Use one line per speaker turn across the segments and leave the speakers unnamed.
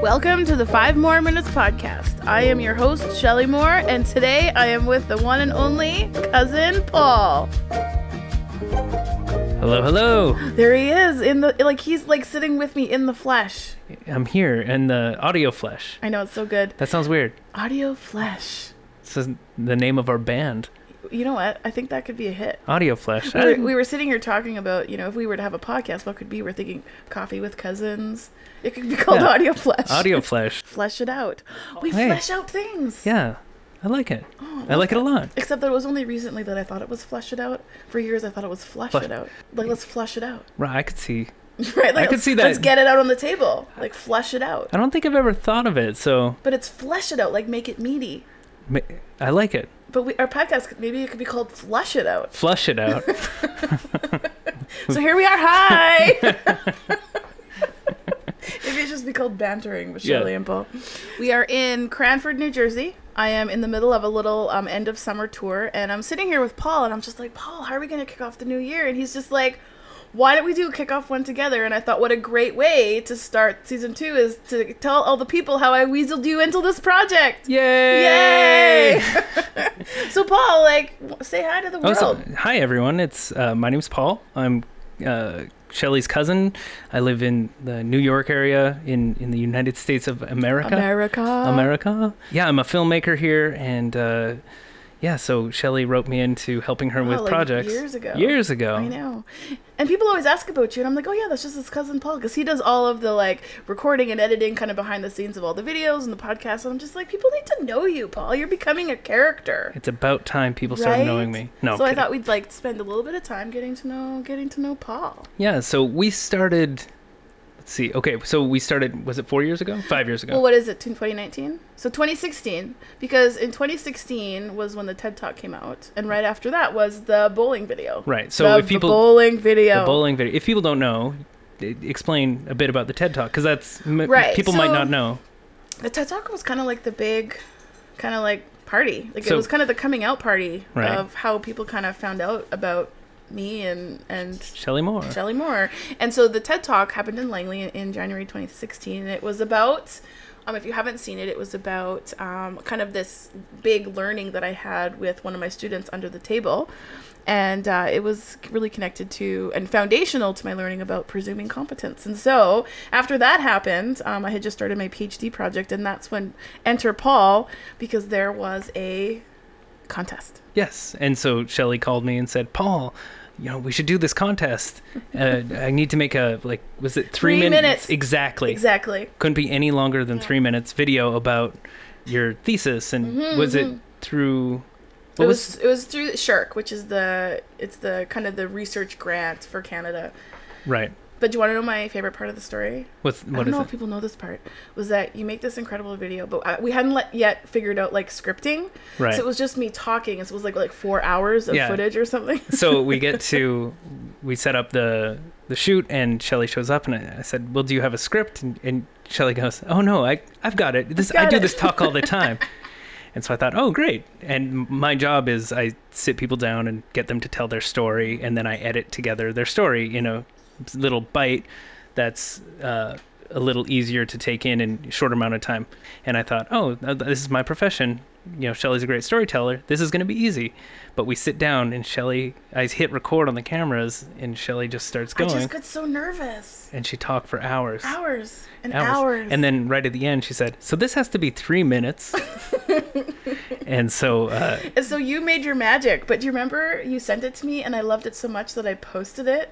Welcome to the Five More Minutes podcast. I am your host, Shelly Moore, and today I am with the one and only cousin Paul.
Hello, hello.
There he is in the like he's like sitting with me in the flesh.
I'm here in the audio flesh.
I know it's so good.
That sounds weird.
Audio flesh.
This is the name of our band,
You know what? I think that could be a hit.
Audio Flesh.
We were, we were sitting here talking about, you know, if we were to have a podcast, what could be? We're thinking coffee with cousins. It could be called
Yeah.
audio flesh.
Audio Flesh.
flesh it out. We
Hey.
flesh out things.
Yeah, I like it.
Oh,
I like it a lot.
Except that it was only recently that I thought it was flush it out. For years, I thought it was flush
Flush-
it out. Like let's flush it out,
Right, I could see.
right? Like,
I could
let's-
see that.
Let's get it out on the table. Like flush it out.
I don't think I've ever thought of it, so
But it's flesh it out. Like make it meaty.
ma- I like it.
But we, our podcast could- maybe it could be called flush it out.
Flush it out.
So here we are. Hi. Maybe it should just be called bantering with
Yeah.
Shirley and Paul. We are in Cranford, New Jersey. I am in the middle of a little um, end of summer tour, and I'm sitting here with Paul, and I'm just like, Paul, how are we going to kick off the new year? And he's just like, why don't we do a kickoff one together? And I thought, what a great way to start season two is to tell all the people how I weaseled you into this project.
Yay!
Yay! so, Paul, like, w- say hi to the
Oh,
world.
so, hi everyone. It's uh, my name's Paul. I'm uh, Shelly's cousin. I live in the New York area in in the United States of
America.
America. Uh, Yeah, I'm a filmmaker here, and uh, yeah, so Shelly wrote me into helping her
Wow,
with
like
projects
years ago.
Years ago.
I know. And people always ask about you, and I'm like, oh yeah, that's just his cousin Paul, because he does all of the like recording and editing, kind of behind the scenes of all the videos and the podcast. And I'm just like, people need to know you, Paul. You're becoming a character.
It's about time people started knowing
right?
me. No, I'm
so I
kidding.
thought we'd like spend a little bit of time getting to know, getting to know Paul.
yeah. So we started. Let's see. Okay, so we started. Was it four years ago? Five years ago.
Well, what is it? 2019? So 2016, because in 2016 was when the TED Talk came out, and right after that was the bowling video.
right. So
the,
if people
the bowling video,
the bowling video. If people don't know, e- explain a bit about the TED Talk because that's m-
Right,
People might
so-
not know.
the TED Talk was kind of like the big, kind of like party. Like it
So-
was kind of the coming out party
Right.
of how people kind of found out about me and and
Shelly Moore.
Shelley Moore. And so the TED Talk happened in Langley in, in January 2016, and it was about. Um, if you haven't seen it, it was about um, kind of this big learning that I had with one of my students under the table. And uh, it was really connected to and foundational to my learning about presuming competence. And so after that happened, um, I had just started my PhD project, and that's when Enter Paul, because there was a contest.
Yes. And so Shelly called me and said, Paul, you know, we should do this contest. Uh, I need to make a, like, was it three,
Three
minutes?
minutes.
Exactly.
Exactly.
Couldn't be any longer than three minutes video about your thesis. And was it through, what
Mm-hmm, it
was,
was it was through Shirk, which is the it's the kind of the research grant for Canada.
right.
But do you want to know my favorite part of the story?
What's,
I
what
don't
is
know
it?
if people know this part. Was that you make this incredible video, but I, we hadn't let, yet figured out like scripting.
Right.
So it was just me talking. and So it was like like four hours of
Yeah.
footage or something.
so we get to we set up the the shoot and Shelly shows up and I, I said, "Well, do you have a script?" And, and Shelly goes, "Oh no, I I've got it. This I
got
do
it."
this talk all the time." and so I thought, "Oh, great." And my job is I sit people down and get them to tell their story and then I edit together their story in a little bite that's uh a little easier to take in in a short amount of time. And I thought, oh, th- this is my profession. You know, Shelly's a great storyteller. This is going to be easy. But we sit down and Shelly, I hit record on the cameras and Shelly just starts
I
going.
just got so nervous.
and she talked for hours.
Hours and hours.
And then right at the end, she said, so this has to be three minutes. and so, uh,
And so you made your magic, but do you remember you sent it to me and I loved it so much that I posted it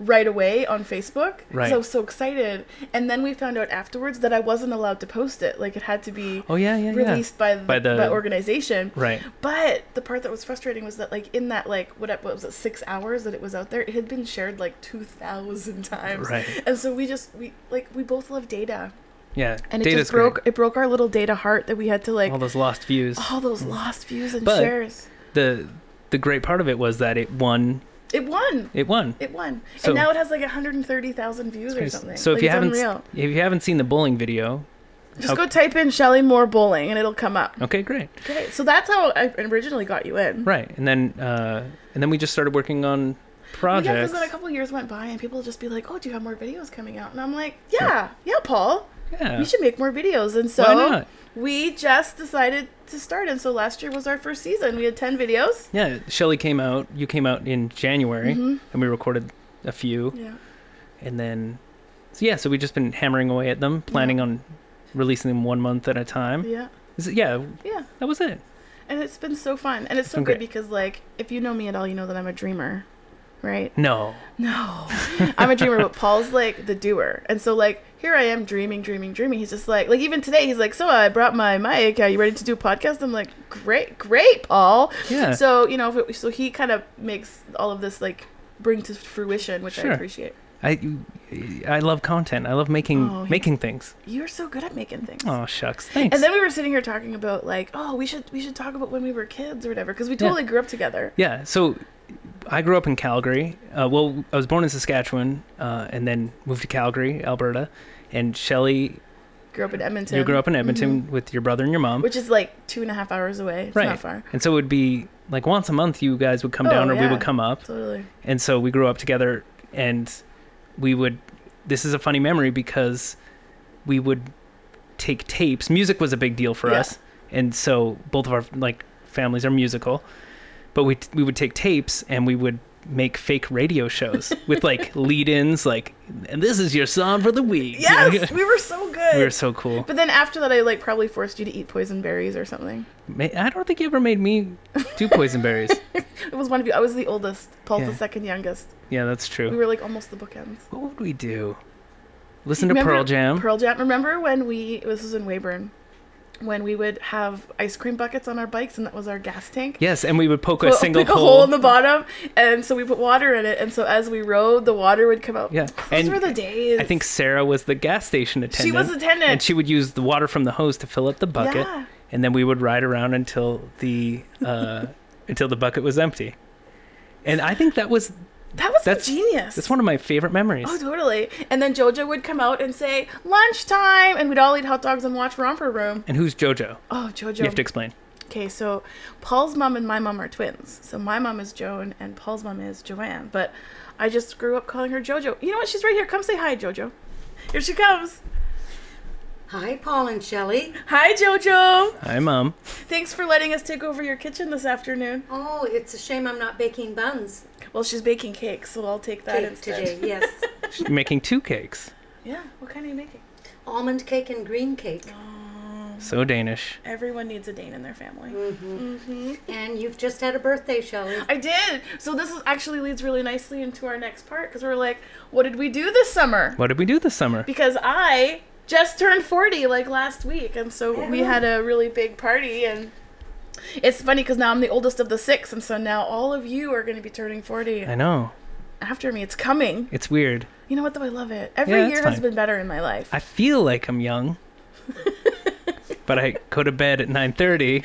right away on Facebook? 'Cause
Right.
I was so excited. And then we found out afterwards that I wasn't allowed to post it. Like it had to be
oh, yeah, yeah, yeah.
released by, the, by
By the-
organization.
Right.
But the part that was frustrating was that like in that like what, what was it 6 hours that it was out there, it had been shared like 2000 times.
Right.
And so we just we like we both love data.
Yeah.
And it
Data's
just broke
great.
it broke our little data heart that we had to like oh.
all those lost views.
all those lost views and
But-
shares.
The, the great part of it was that it won.
It won.
It won.
It won,
So-
and now it has like 130,000 views or something.
So if
Like,
you
it's
haven't
unreal.
if you haven't seen the bowling video,
just
okay.
go type in Shelly Moore bowling, and it'll come up.
okay, great,
Okay, so that's how I originally got you in.
right, and then uh, and then we just started working on
Well, Yeah,
projects.
because then a couple years went by, and people would just be like, "Oh, do you have more videos coming out?" And I'm like, "Yeah, yeah, Paul,
Yeah.
we should make more videos. And so
Why not?
we just decided to start. And so last year was our first season. We had 10 videos. Mm-hmm.
Yeah, Shelly came out. You came out in January, and we recorded a few,
Yeah.
and then so yeah, so we've just been hammering away at them, planning on releasing them one month at a time.
Yeah.
Is it- Yeah,
Yeah.
that was it.
And it's been so fun. And it's so
been
good
great.
because, like, if you know me at all, you know that I'm a dreamer, right?
No,
No. I'm a dreamer, but Paul's like the doer. And so, like, here I am dreaming, dreaming, dreaming. He's just like, like, even today, he's like, So I brought my mic. Are you ready to do a podcast? I'm like, Great, great, Paul.
Yeah.
So, you know, if it, so he kind of makes all of this, like, bring to fruition, which
Sure.
I appreciate.
I I love content. I love making
Oh, he-
making things.
You're so good at making things.
Oh shucks, thanks.
And then we were sitting here talking about like, oh, we should we should talk about when we were kids or whatever because we
Yeah.
totally grew up together.
yeah, so I grew up in Calgary. Uh, well, I was born in Saskatchewan, uh, and then moved to Calgary, Alberta. And Shelly,
Grew up in Edmonton. Mm-hmm.
you grew up in Edmonton with your brother and your mom.
which is like two and a half hours away. It's
Right.
not far.
And so it would be like once a month you guys would come
Oh,
down or we
yeah.
would come up.
Totally.
And so we grew up together and we would this is a funny memory because we would take tapes. Music was a big deal for
Yeah.
us. And so both of our like families are musical. But we we would take tapes and we would make fake radio shows with like lead-ins like and this is your song for the week. You know?
Yes, we were so good.
we were so cool.
but then after that, I like probably forced you to eat poison berries or something.
Ma- I don't think you ever made me do poison berries.
It was one of you. I was the oldest. Paul's
Yeah.
the second youngest.
yeah, that's true.
We were like almost the bookends.
What would we do? Listen to
Remember-
Pearl Jam.
Pearl Jam. Remember when we this was in Weyburn, when we would have ice cream buckets on our bikes and that was our gas tank.
yes, and we would poke a
Well,
single
like a hole in the bottom, and so we put water in it, and so as we rode, the water would come out.
Yeah,
those
and
were the days.
I think Sarah was the gas station attendant.
she was attendant.
and she would use the water from the hose to fill up the bucket,
Yeah.
and then we would ride around until the uh, until the bucket was empty. And I think that was
That was
That's-
genius.
that's one of my favorite memories.
Oh, totally. And then JoJo would come out and say lunchtime, and we'd all eat hot dogs and watch Romper Room.
and who's JoJo?
Oh, JoJo.
You have to explain.
Okay, so Paul's mom and my mom are twins. So my mom is Joan, and Paul's mom is Joanne. But I just grew up calling her JoJo. You know what? She's right here. Come say hi, JoJo. Here she comes.
Hi, Paul and Shelley.
Hi, JoJo.
Hi, mom.
Thanks for letting us take over your kitchen this afternoon.
Oh, it's a shame I'm not baking buns
Well, she's baking cake, so I'll take that
cake
instead.
today. Yes,
She's making two cakes.
Yeah, what kind are you making?
almond cake and green cake.
Oh.
Um,
So Danish.
Everyone needs a Dane in their family.
Mm. And you've just had a birthday, Shelley.
I did. So this is actually leads really nicely into our next part because we're like, what did we do this summer?
What did we do this summer?
Because I just turned 40 like last week, and so we had a really big party and. It's funny because now I'm the oldest of the six, and so now all of you are going to be turning 40
I know
after me. It's coming.
it's weird.
You know what, though? I love it. Every
Yeah, that's
year has
fine.
been better in my life.
I feel like I'm young, but I go to bed at 9:30,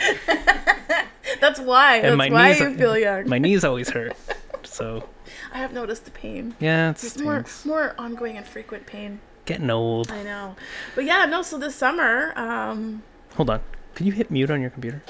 That's why.
and
That's
my
why
knees
you feel young.
my knees always hurt. So
I have noticed the pain.
yeah, it's
It's more more ongoing and frequent pain.
getting old.
I know. But yeah, no, so this summer, um
Hold on, can you hit mute on your computer?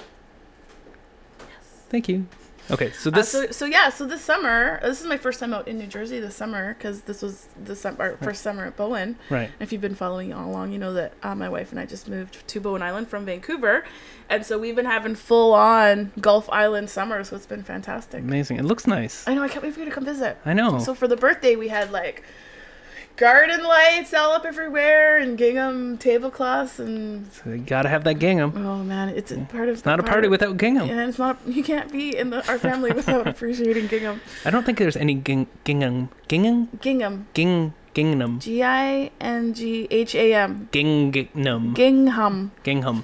Thank you. Okay, so this
uh, so, so yeah, so this summer, this is my first time out in New Jersey this summer cuz this was the summer our first summer at Bowen.
right.
If you've been following all along, you know that uh, my wife and I just moved to Bowen Island from Vancouver, and so we've been having full on Gulf Island summer, so it's been fantastic.
Amazing. Oh. It looks nice.
I know I can't wait for you to come visit.
I know.
So for the birthday, we had like garden lights all up everywhere and gingham tablecloths and
So you gotta have that gingham.
oh man, it's a part of
It's not a party without gingham.
Yeah, it's not. You can't be in the, our family without appreciating gingham.
I don't think there's any ging, gingham gingham
Gingham.
ging gingham
G i n g h a m.
gingham
Gingham.
gingham.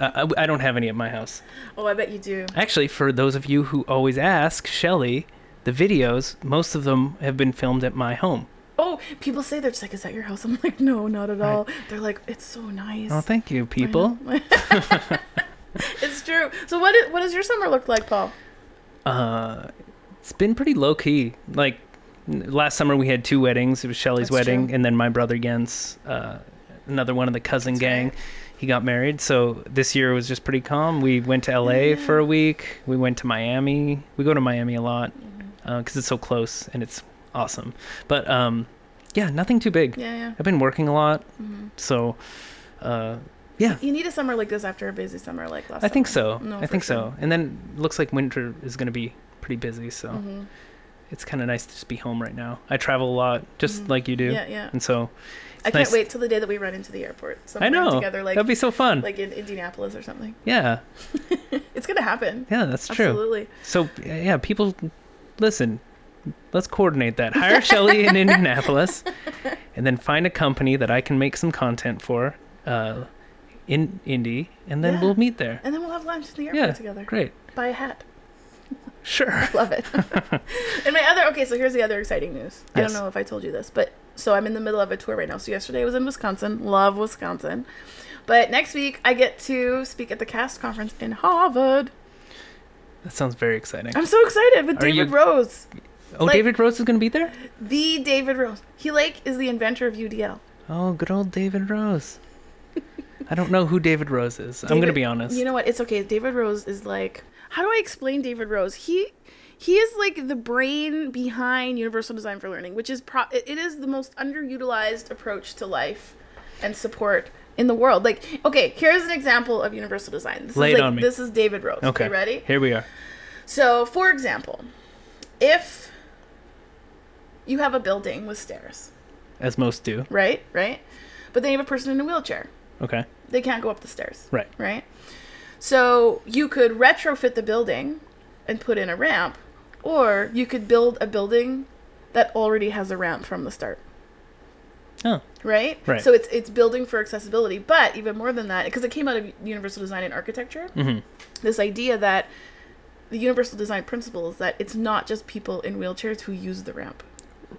uh, I, I don't have any at my house.
Oh, I bet you do.
Actually, for those of you who always ask, Shelly, the videos, most of them have been filmed at my home.
Oh, people say they're just like, "Is that your house?" I'm like, "No, not at all." They're like, "It's so nice."
Oh, thank you, people.
it's true. So what? Is, what does your summer look like, Paul?
Uh, it's been pretty low key. Like n- last summer, we had two weddings. It was Shelly's
That's
wedding,
true.
and then my brother Jens, uh, another one of the cousin
That's
gang.
right.
He got married, so this year was just pretty calm. We went to LA for a week. We went to Mm-hmm. uh, Miami. We go to Miami a lot because it's so close and it's awesome. But um, yeah, nothing too big.
Yeah, yeah.
I've been working a lot,
Mhm.
so uh, yeah,
You need a summer like this after a busy summer like last.
I think
summer.
so.
No,
I
for
think
sure.
so. And then looks like winter is going to be pretty busy, so
Mhm.
it's kind of nice to just be home right now. I travel a lot, just
Mhm.
like you do,
Yeah, yeah.
and so
I can't
nice.
wait till the day that we run into the airport.
I
Sometime
know
together, like
that'd be so fun.
like in Indianapolis or something.
yeah,
It's gonna happen.
yeah, that's true.
Absolutely.
So yeah, people, listen. Let's coordinate that. Hire Shelly in Indianapolis, and then find a company that I can make some content for, uh, in Indy, and then
Yeah.
we'll meet there.
And then we'll have lunch in the airport
Yeah,
together.
Great.
Buy a hat.
Sure.
Love it. and my other okay, so here's the other exciting news. I
Yes.
don't know if I told you this, but so I'm in the middle of a tour right now. So yesterday I was in Wisconsin. Love Wisconsin. But next week I get to speak at the cast conference in Harvard.
That sounds very exciting.
I'm so excited with
Are
David
you-
Rose.
Oh,
like-
David Rose is going to be there?
The David Rose. He like is the inventor of UDL.
Oh, good old David Rose. I don't know who David Rose is. I'm going to
David-
be honest.
You know what? It's okay. David Rose is like how do I explain David Rose? He he is like the brain behind universal design for learning, which is pro- it it is the most underutilized approach to life and support in the world. Like, okay, here's an example of universal design. This
Lay it
is like,
on me.
This is David Rose. Okay,
okay.
ready?
Here we are.
So, for example, if you have a building with stairs,
As most do.
right? Right? But then you have a person in a wheelchair.
Okay.
They can't go up the stairs
Right.
right? So you could retrofit the building and put in a ramp, or you could build a building that already has a ramp from the start,
Oh,
right?
Right.
So it's it's building for accessibility, but even more than that, because it came out of universal design and architecture,
Mhm.
this idea that the universal design principle is that it's not just people in wheelchairs who use the ramp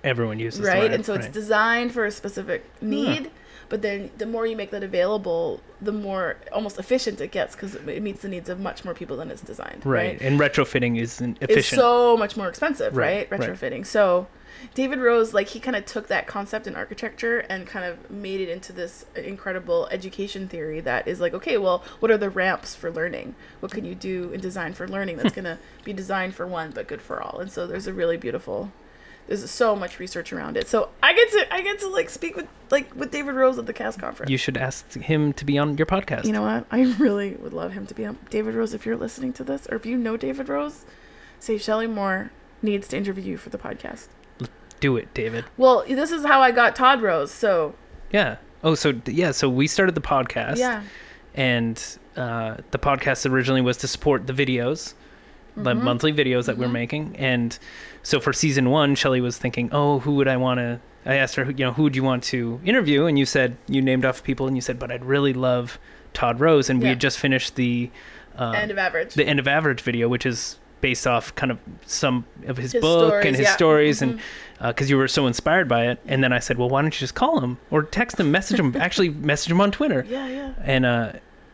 everyone uses the
right
lamp,
and so it's
right.
designed for a specific need but then the more you make that available the more almost efficient it gets because it meets the needs of much more people than it's designed right,
right. And retrofitting isn't
it's
efficient.
so much more expensive
Right,
right,
right.
retrofitting so david rose like he kind of took that concept in architecture and kind of made it into this incredible education theory that is like okay well what are the ramps for learning what can you do in design for learning that's going to be designed for one but good for all and so there's a really beautiful there's so much research around it. So I get to I get to like speak with like with David Rose at the cast conference.
you
You,
should ask him to be on your podcast.
know what? I really would love him to be on David Rose if you're listening to this or if you know David Rose, say Shelley Moore needs to interview you for the podcast.
do it, David.
Well, this is how I got Todd Rose. So
Yeah. Oh, so yeah, so we started the podcast.
yeah.
and uh, the podcast originally was to support the videos the
Mm-hmm.
monthly videos that we're making and so for season one shelly was thinking oh who would i want to i asked her who- you know who would you want to interview and you said you named off people and you said but i'd really love todd rose and we
Yeah.
had just finished the uh,
end of average.
the end of average video which is based off kind of some of his,
His
book
stories,
and his
yeah. Mm-hmm.
stories and because you were so inspired by it and then i said well why don't you just call him or text him message him actually message him on twitter
yeah, yeah.
and uh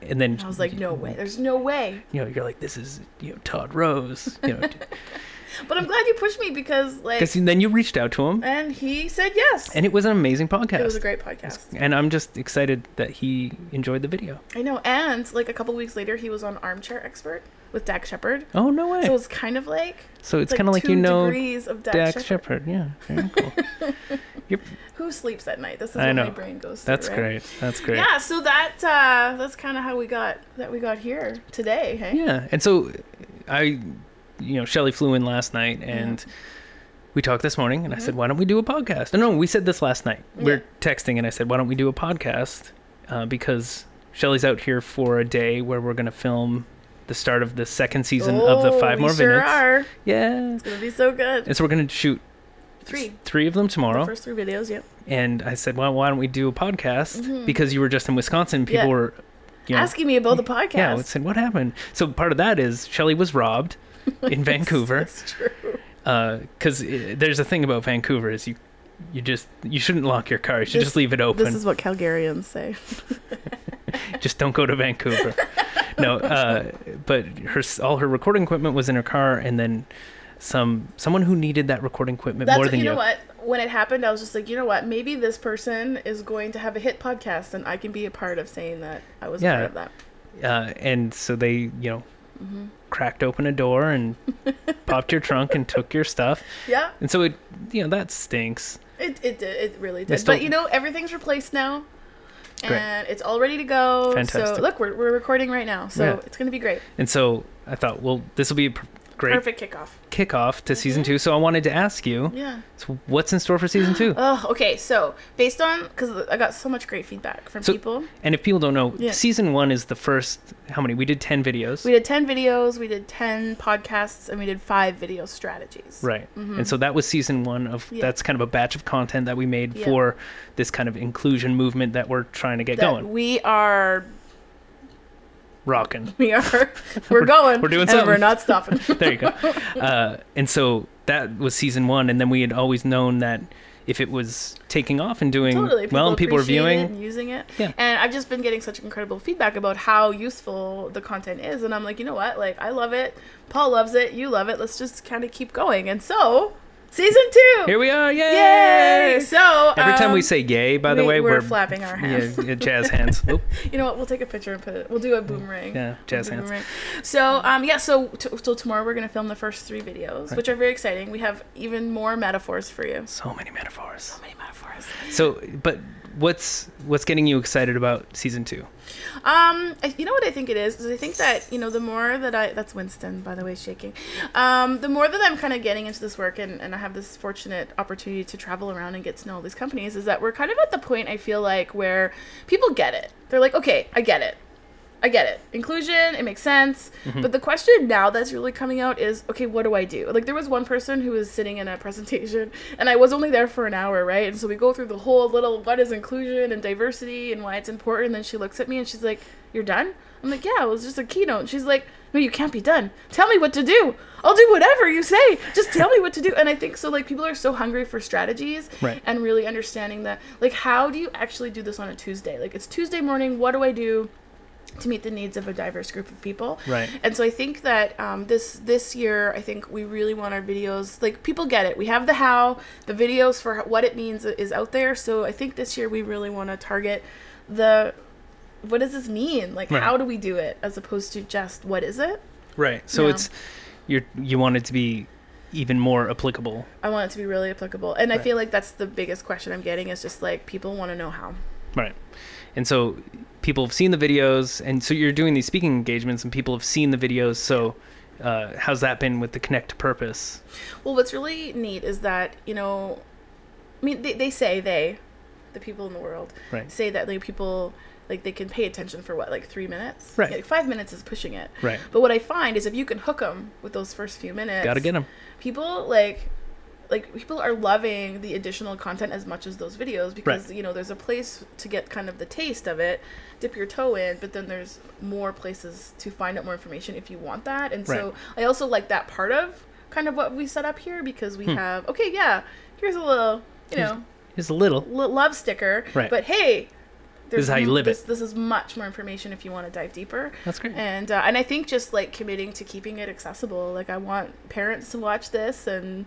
and then
I was like, no way. There's no way.
you know, you're like, this is, you know, Todd Rose. You know,
But I'm glad you pushed me because like
because then you reached out to him,
and he said yes.
and it was an amazing podcast.
it was a great podcast.
and I'm just excited that he enjoyed the video.
I know. And like a couple weeks later, he was on Armchair Expert with Dak Shepard.
Oh no way!
So
So,
it's kind of like
it's kind of like you know
degrees of Dak,
Dax
Shepard.
Shepard. Yeah, very cool.
Who sleeps at night? This is
I
what
know.
my brain goes. through,
That's
right?
great. That's great.
Yeah. So that uh, that's kind of how we got that we got here today. Hey.
Yeah, and so I, you know, Shelly flew in last night, and we talked this morning, and I
Mm-hmm.
said, why don't we do a podcast? No, no, we said this last night. We We're texting, and I said, why don't we do a podcast? Uh, because Shelly's out here for a day where we're gonna film the start of the second season of the
Oh,
five
we
more
sure
minutes.
Are.
Yeah,
It's gonna be so good.
and so we're gonna shoot
Three.
three of them
The
tomorrow.
first three videos. Yep.
And I said, well, why don't we do a podcast? Because you were just in Wisconsin, people
Mm-hmm. Yeah.
were, you know,
Asking me about the podcast.
yeah, it said what happened. So part of that is Shelley was robbed in Vancouver
It's true.
because there's a thing about Vancouver is you you just you shouldn't lock your car. You should
This-
just leave it open.
This is what Calgarians say.
just don't go to Vancouver. no, uh, but her s- all her recording equipment was in her car, and then some someone who needed that recording equipment
That's
more
what-
than
you
you.
know what. When it happened, I was just like, you know what? Maybe this person is going to have a hit podcast, and I can be a part of saying that I was a
Yeah.
part of that. Mm-hmm.
Uh, and so they you know cracked open a door and popped your trunk and took your stuff.
Yeah.
And so it you know that stinks.
It it did. It really did.
still-
But you know, everything's replaced now.
Great.
And it's all ready to go.
Fantastic.
So look, we're, we're recording right now, so
Yeah.
it's gonna be great.
And so I thought, well, this will be a pr- great
Perfect kickoff.
kickoff to season two. So I wanted to ask you,
Mm-hmm. Yeah.
so what's in store for season two?
Oh, okay. So based on because I got so much great feedback from
So-
people.
And if people don't know,
Yeah.
season one is the first. How many? We did ten videos,
We did ten videos, we did ten podcasts, and we did five video strategies.
right? And so that was season one of.
Mm-hmm. Yeah.
That's kind of a batch of content that we made
Yeah.
for this kind of inclusion movement that we're trying to get
That
going,
we are
rocking.
we are we're going.
we're doing
and
something.
We're not stopping.
there you go. Uh, and so that was season one, and then we had always known that if it was taking off and doing
totally.
well, and people were
appreciate it
viewing,
and using it.
Yeah.
And I've just been getting such incredible feedback about how useful the content is, and I'm like, you know what? Like, I love it. Paul loves it. You love it. Let's just kind of keep going. And so, season two.
here we are, yay!
Yay! So
Every time we
um,
say "yay," by the
we-
way,
we're
we're,
flapping our hands.
Yeah, yeah, jazz hands. Oop,
You know what? We'll take a picture and put it. We'll do a boomerang.
yeah, jazz hands.
Boomerang. So um yeah, so t- so tomorrow we're gonna film the first three videos,
Right.
which are very exciting. We have even more metaphors for you.
So many metaphors.
So many metaphors.
So, but what's what's getting you excited about season two?
Um, I, you know what I think it is? Is I think that you know the more that I that's Winston by the way shaking. Um, the more that I'm kind of getting into this work and and I have this fortunate opportunity to travel around and get to know all these companies is that we're kind of at the point I feel like where people get it. They're like, okay, I get it. I get it. Inclusion, it makes sense. But the question now that's really coming out is, okay, what do I do? Like there was one person who was sitting in a presentation and I was only there for an hour, right? And so we go through the whole little what is inclusion and diversity and why it's important. And then she looks at me and she's like, You're done? I'm like, Yeah, it was just a keynote. And she's like, No, you can't be done. Tell me what to do. I'll do whatever you say. Just tell me what to do. And I think so like people are so hungry for strategies
Right.
and really understanding that like how do you actually do this on a Tuesday? Like it's Tuesday morning, what do I do? to meet the needs of a diverse group of people.
Right.
And so I think that um, this this year, I think we really want our videos like people get it. We have the how, the videos for what it means is out there. So I think this year we really want to target the what does this mean? Like
Right.
how do we do it as opposed to just what is it?
Right. So
Yeah.
it's you you want it to be even more applicable.
I want it to be really applicable. And I
Right.
feel like that's the biggest question I'm getting is just like people want to know how.
Right. And so people have seen the videos, and so you're doing these speaking engagements, and people have seen the videos. So uh, how's that been with the Connect to Purpose?
Well, what's really neat is that, you know, I mean, they, they say they, the people in the world,
Right.
say that like people like they can pay attention for what like three minutes
Right.
like five minutes is pushing it
Right.
but what i find is if you can hook them with those first few minutes
Gotta get them.
people like like people are loving the additional content as much as those videos because you know there's a place to get kind of the taste of it dip your toe in but then there's more places to find out more information if you want that and so
Right.
i also like that part of kind of what we set up here because we have okay yeah here's a little you
Hmm. Here's-
know
Just a little.
l- love sticker.
Right.
But hey,
This is
there's
how you
m-
live it.
this, This is much more information if you want to dive deeper.
That's great.
And uh, and I think just like committing to keeping it accessible. Like I want parents to watch this and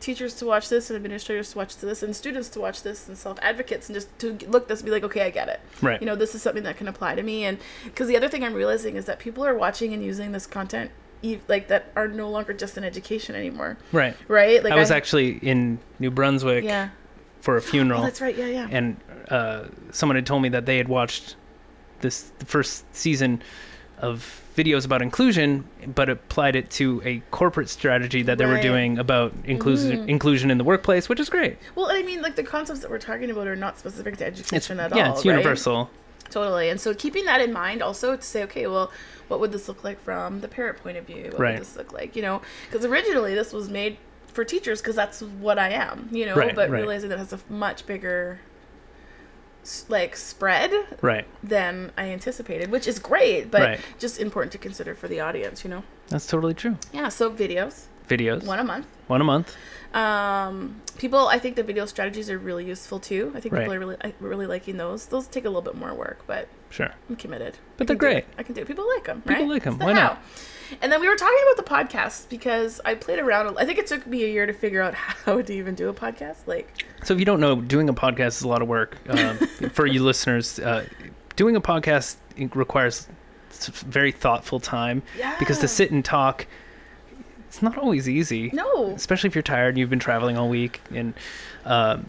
teachers to watch this and administrators to watch this and students to watch this and self advocates and just to g- look this and be like okay I get it
Right.
you know this is something that can apply to me and because the other thing I'm realizing is that people are watching and using this content e- like that are no longer just in education anymore
Right.
right like
I was actually in New Brunswick
yeah
for a
oh
funeral.
that's right yeah yeah
and uh, someone had told me that they had watched this the first season of videos about inclusion, but applied it to a corporate strategy that they were
Right. Mm-hmm.
doing about inclusion inclusion in the workplace, which is great.
Well, and I mean, like the concepts that we're talking about are not specific to
It's
education at
yeah,
all.
it's
right?
universal.
Totally. And so keeping that in mind also to say, okay, well, what would this look like from the parent point of view? What
Right.
would this look like? You know, because originally this was made for teachers because that's what I am, you know,
Right,
but
right.
realizing that it has a much bigger s- like spread
Right.
than I anticipated, which is great, but
Right.
just important to consider for the audience, you know?
That's totally true.
Yeah, so videos,
Videos
one a month.
one a month.
um people i think the video strategies are really useful too i think
Right.
people are really I- really liking those those take a little bit more work but
Sure.
i'm committed
But
I
they're
can do it.
great.
i can do it people like them
People
right?
like 'em.
It's the
Why not?
how. and then we were talking about the podcast because i played around a- i think it took me a year to figure out how to even do a podcast like
So if you don't know, doing a podcast is a lot of work um, for you listeners. Uh, doing a podcast it requires s- very thoughtful time because
Yeah.
to sit and talk, it's not always easy.
no
especially if you're tired and you've been traveling all week and um,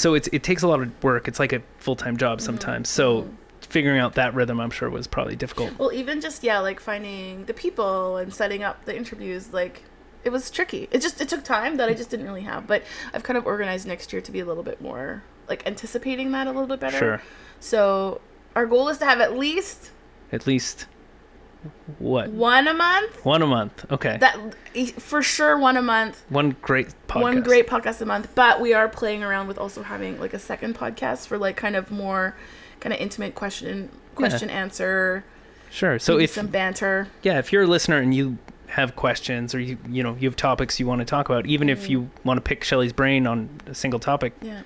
so it's it takes a lot of work. It's like a full time job
Mm-hmm.
sometimes. So figuring out that rhythm, I'm sure, was probably difficult.
Well, even just yeah, like finding the people and setting up the interviews, like it was tricky. It just it took time that I just didn't really have. But I've kind of organized next year to be a little bit more like anticipating that a little bit better.
Sure.
So our goal is to have at least
At least what
one a month.
one a month? Okay,
That e, for sure one a month.
one great podcast.
One great podcast a month, but we are playing around with also having like a second podcast for like kind of more kind of intimate question question answer.
Sure. So
maybe
if
some banter.
yeah, if you're a listener and you have questions or you you know you have topics you want to talk about, even
Mm-hmm.
if you want to pick Shelly's brain on a single topic,
Yeah.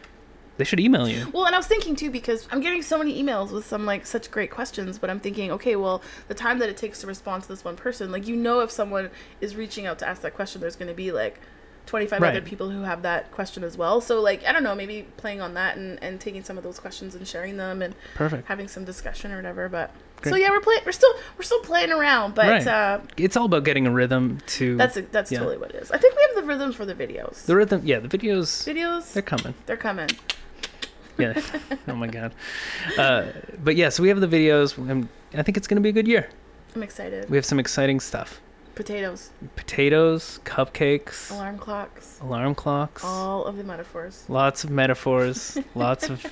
they should email you.
Well, and I was thinking too because I'm getting so many emails with some like such great questions, but I'm thinking, okay, well, the time that it takes to respond to this one person, like you know, if someone is reaching out to ask that question, there's going to be like 25 other
Right.
people who have that question as well. So like I don't know, maybe playing on that and, and taking some of those questions and sharing them and
Perfect.
having some discussion or whatever. But so
Great.
yeah, we're playing, we're still we're still playing around, but
Right.
uh,
It's all about getting a rhythm to
that's that's
Yeah.
totally what it is. I think we have the rhythm for the videos.
the rhythm. Yeah, the videos
videos,
they're
they're,
coming.
coming.
Yeah. oh my god. Uh, but yes, we have the videos. and I think it's going to be a good year.
I'm excited.
We have some exciting stuff:
Potatoes,
potatoes, cupcakes, alarm,
alarm clocks.
clocks,
All of the metaphors.
lots of metaphors, lots of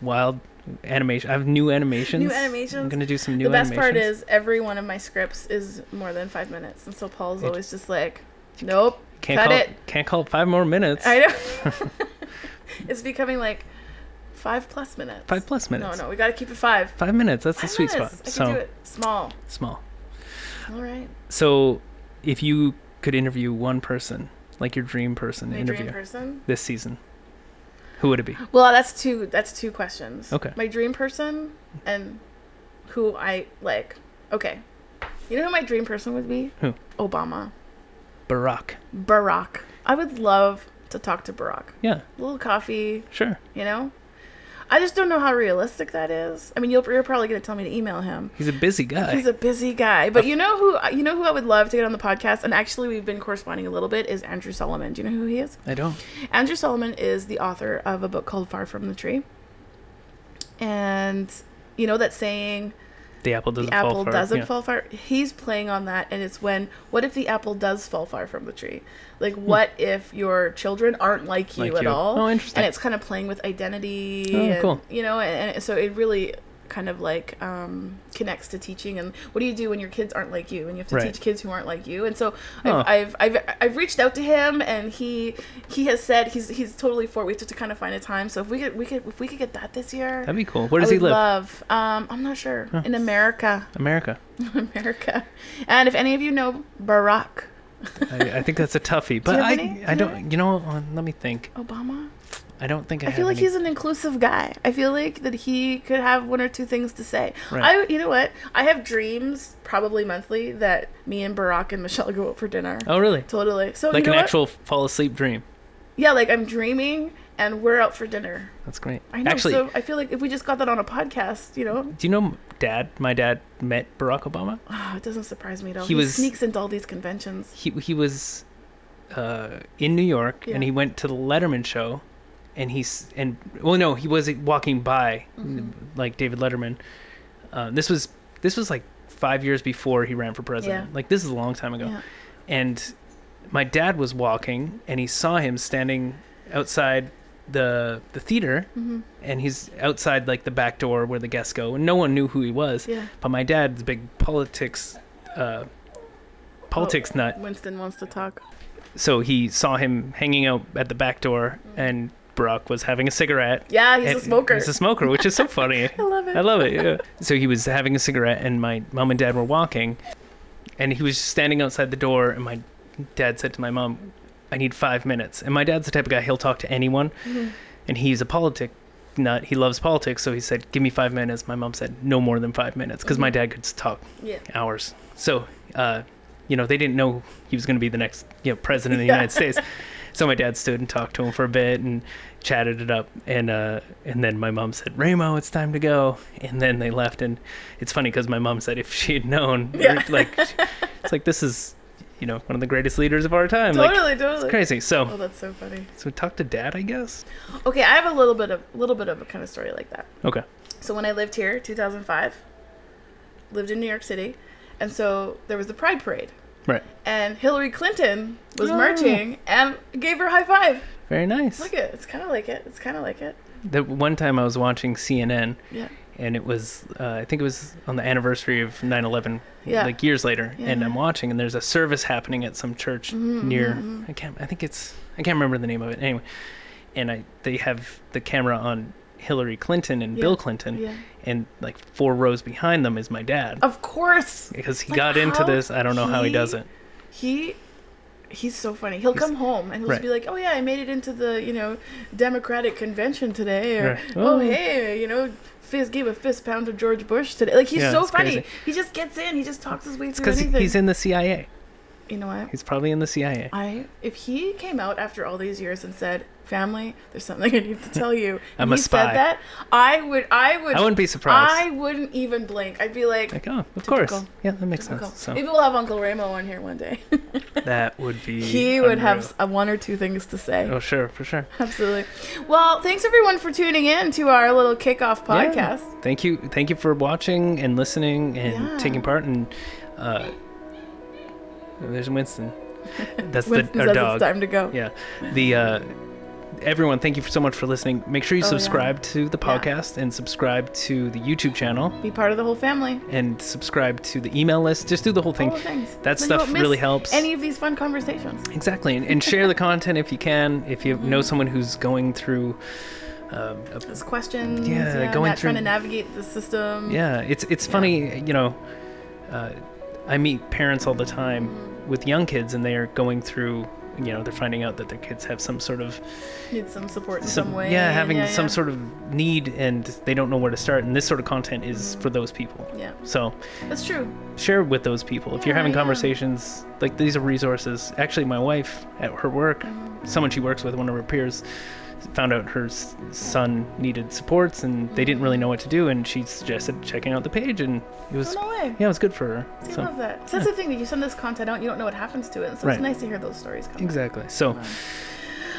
wild animation. I have new animations. I'm
animations.
going to do some new
the best part
animations.
is every one of my scripts is more than five minutes, and so Paul's
It-
always just like, "Nope,
can't
cut
call
it."
can't call it five more minutes.
I know." it's becoming like five plus minutes.
Five plus minutes.
No, no, we got to keep it five.
Five minutes. That's the
Five
sweet
minutes. I
spot.
can
so
do it small.
small.
All right,
So if you could interview one person, like your dream person,
my
interview
dream person.
this season, who would it be?
Well, that's two. That's two questions.
Okay.
My dream person and who I like. Okay. You know who my dream person would be?
Who?
Obama.
Barack.
Barack. I would love to talk to Barack.
Yeah,
A little coffee,
sure.
you know? I just don't know how realistic that is. I mean, you'll, you're probably going to tell me to email him.
He's a busy guy.
He's a busy guy, but you know who you know who I would love to get on the podcast, and actually we've been corresponding a little bit. Is Andrew Solomon? Do you know who he is?
I don't.
Andrew Solomon is the author of a book called Far from the Tree, and you know that saying,
The apple doesn't
"The
fall
apple
far.
doesn't
yeah.
fall far." He's playing on that, and it's when what if the apple does fall far from the tree? Like, what if your children aren't like you
Hmm. Like
at
you.
all?
Oh, interesting.
And it's kind of playing with identity.
Oh,
and,
cool.
You know, and, and so it really kind of like um, connects to teaching and what do you do when your kids aren't like you and you have to
Right.
teach kids who aren't like you and so
Huh.
I've, I've, I've I've reached out to him and he he has said he's he's totally for it. we have to kind of find a time so if we could we could if we could get that this year
That'd be cool. Where
I
does he
would
live?
love um I'm not sure in America
America.
America. And if any of you know Barack
I, I think that's a toughie. But
have
I,
any? Do you
I
have
don't.
any?
You know, uh, let me think.
Obama,
I don't think I,
I feel
have
like
any.
he's an inclusive guy. I feel like that he could have one or two things to say.
Right.
I, you know what? I have dreams probably monthly that me and Barack and Michelle go out for dinner.
Oh, really?
Totally. So
Like
you know
an
what?
actual fall asleep dream.
yeah, like I'm dreaming and we're out for dinner.
That's great.
I know.
Actually,
so I feel like if we just got that on a podcast, you know,
do you know m- Dad? My dad met Barack Obama.
oh, it doesn't surprise me at all. He,
He was-
sneaks into all these conventions.
He he was uh, in New York, and
Yeah.
he went to the Letterman show, and he's and well, no, he was walking by
Mm-hmm.
like David Letterman. Uh, this was this was like five years before he ran for president.
Yeah.
Like this is a long time ago.
Yeah.
and my dad was walking and he saw him standing outside the the theater
Mm-hmm.
and he's outside like the back door where the guests go and no one knew who he was
Yeah.
but my dad's a big politics uh politics
Oh,
nut
Winston wants to talk.
so he saw him hanging out at the back door and Barack was having a cigarette
Yeah, Mm. he's a
and-
smoker.
He's a smoker, which is so funny.
I love it.
I love it. Yeah. So he was having a cigarette, and my mom and dad were walking, and he was standing outside the door. And my dad said to my mom, "I need five minutes." And my dad's the type of guy he'll talk to anyone,
Mm-hmm.
and he's a politic nut. He loves politics, so he said, "Give me five minutes." My mom said, "No more than five minutes," because my
Mm-hmm.
dad could s- talk
Yeah.
hours. So, uh, you know, they didn't know he was going to be the next you know, president of the United States. So my dad stood and talked to him for a bit and chatted it up, and uh, and then my mom said, "Ramo, it's time to go." And then they left, and it's funny because my mom said if she had known,
Yeah.
like, it's like this is you know, one of the greatest leaders of our time. Like,
totally, totally.
crazy.
Oh,
So,
that's so funny.
so talk to dad, I guess.
Okay, I have a little bit of little bit of a kind of story like that.
Okay.
So when I lived here, 2005, lived in New York City, and so there was the Pride Parade,
Right.
and Hillary Clinton was
Oh.
marching, and gave her a high five.
Very nice.
Look it, it's kind of like it. It's kind of like it.
The one time I was watching CNN,
Yeah.
and it was uh, I think it was on the anniversary of 9/11,
Yeah.
like years later. And
Yeah. Mm-hmm,
I'm watching, and there's a service happening at some church near I can't I think it's I can't remember the name of it anyway. And I they have the camera on Hillary Clinton and
Yeah.
Bill Clinton,
Yeah.
and like four rows behind them is my dad
Of course.
because he
Like,
got into
how
this. I don't know how he
he-
does it.
he he's so funny. He'll
He's-
come home and he'll
Right.
just be like, "Oh yeah, I made it into the you know Democratic convention today," or
Right.
"Oh
Oh.
hey, you know." Fizz gave a fist pound to George Bush today. Like he's
Yeah,
so
it's
funny.
crazy.
He just gets in. He just talks his way
It's
through
because
anything.
he's in the CIA.
you know what?
He's probably in the CIA.
I if he came out after all these years and said, "Family, there's something I need to tell you,"
I'm
and
a
he
spy.
said that, I would, I would,
I wouldn't be surprised.
I wouldn't even blink. I'd be like,
like, oh, of course.
Typical.
Yeah, that makes
"Uncle."
sense. So
maybe we'll have Uncle Ramo on here one day.
that would be.
he would have
unreal.
s- uh, one or two things to say.
Oh, sure, for sure.
Absolutely. Well, thanks everyone for tuning in to our little kickoff podcast.
Yeah. Thank you, thank you for watching and listening and
Yeah.
taking part. And uh, there's Winston. That's
Winston
the our
says
dog.
it's time to go.
Yeah, the uh, everyone. Thank you so much for listening. Make sure you
Oh, yeah.
subscribe to the
Yeah.
podcast and subscribe to the YouTube channel
Be part of the whole family.
and subscribe to the email list. Just do the whole thing.
All the things.
That
Then Oh, you
stuff
won't miss
really helps.
Any of these fun conversations.
Exactly, and, and share the content if you can. If you
Mm-hmm.
know someone who's going through, uh, a,
Those questions.
Yeah,
you know,
going
not trying
through-
to navigate the system.
yeah, it's it's funny, you know. Uh, I meet parents all the
Mm-hmm.
time with young kids, and they are going through. You know, they're finding out that their kids have some sort of
Need some support in some,
some,
way.
yeah,
and
having some
yeah.
sort of need, and they don't know where to start. And this sort of content
Mm-hmm.
is for those people.
Yeah,
So
that's true.
share with those people if you're
Yeah,
having
yeah.
conversations. Like these are resources. Actually, my wife at her work,
Mm-hmm.
someone she works with, one of her peers, found out her s- son needed supports, and they didn't really know what to do. And she suggested checking out the page, and it was
Oh, no way.
yeah, it was good for her.
See, I
So
love that. So that's the thing that you send this content out, and you don't know what happens to it. And so
Right.
it's nice to hear those stories come. Exactly.
exactly. So all
Well,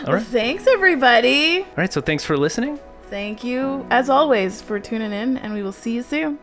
right, all
Thanks everybody.
right. So thanks for listening.
Thank you as always for tuning in, and we will see you soon.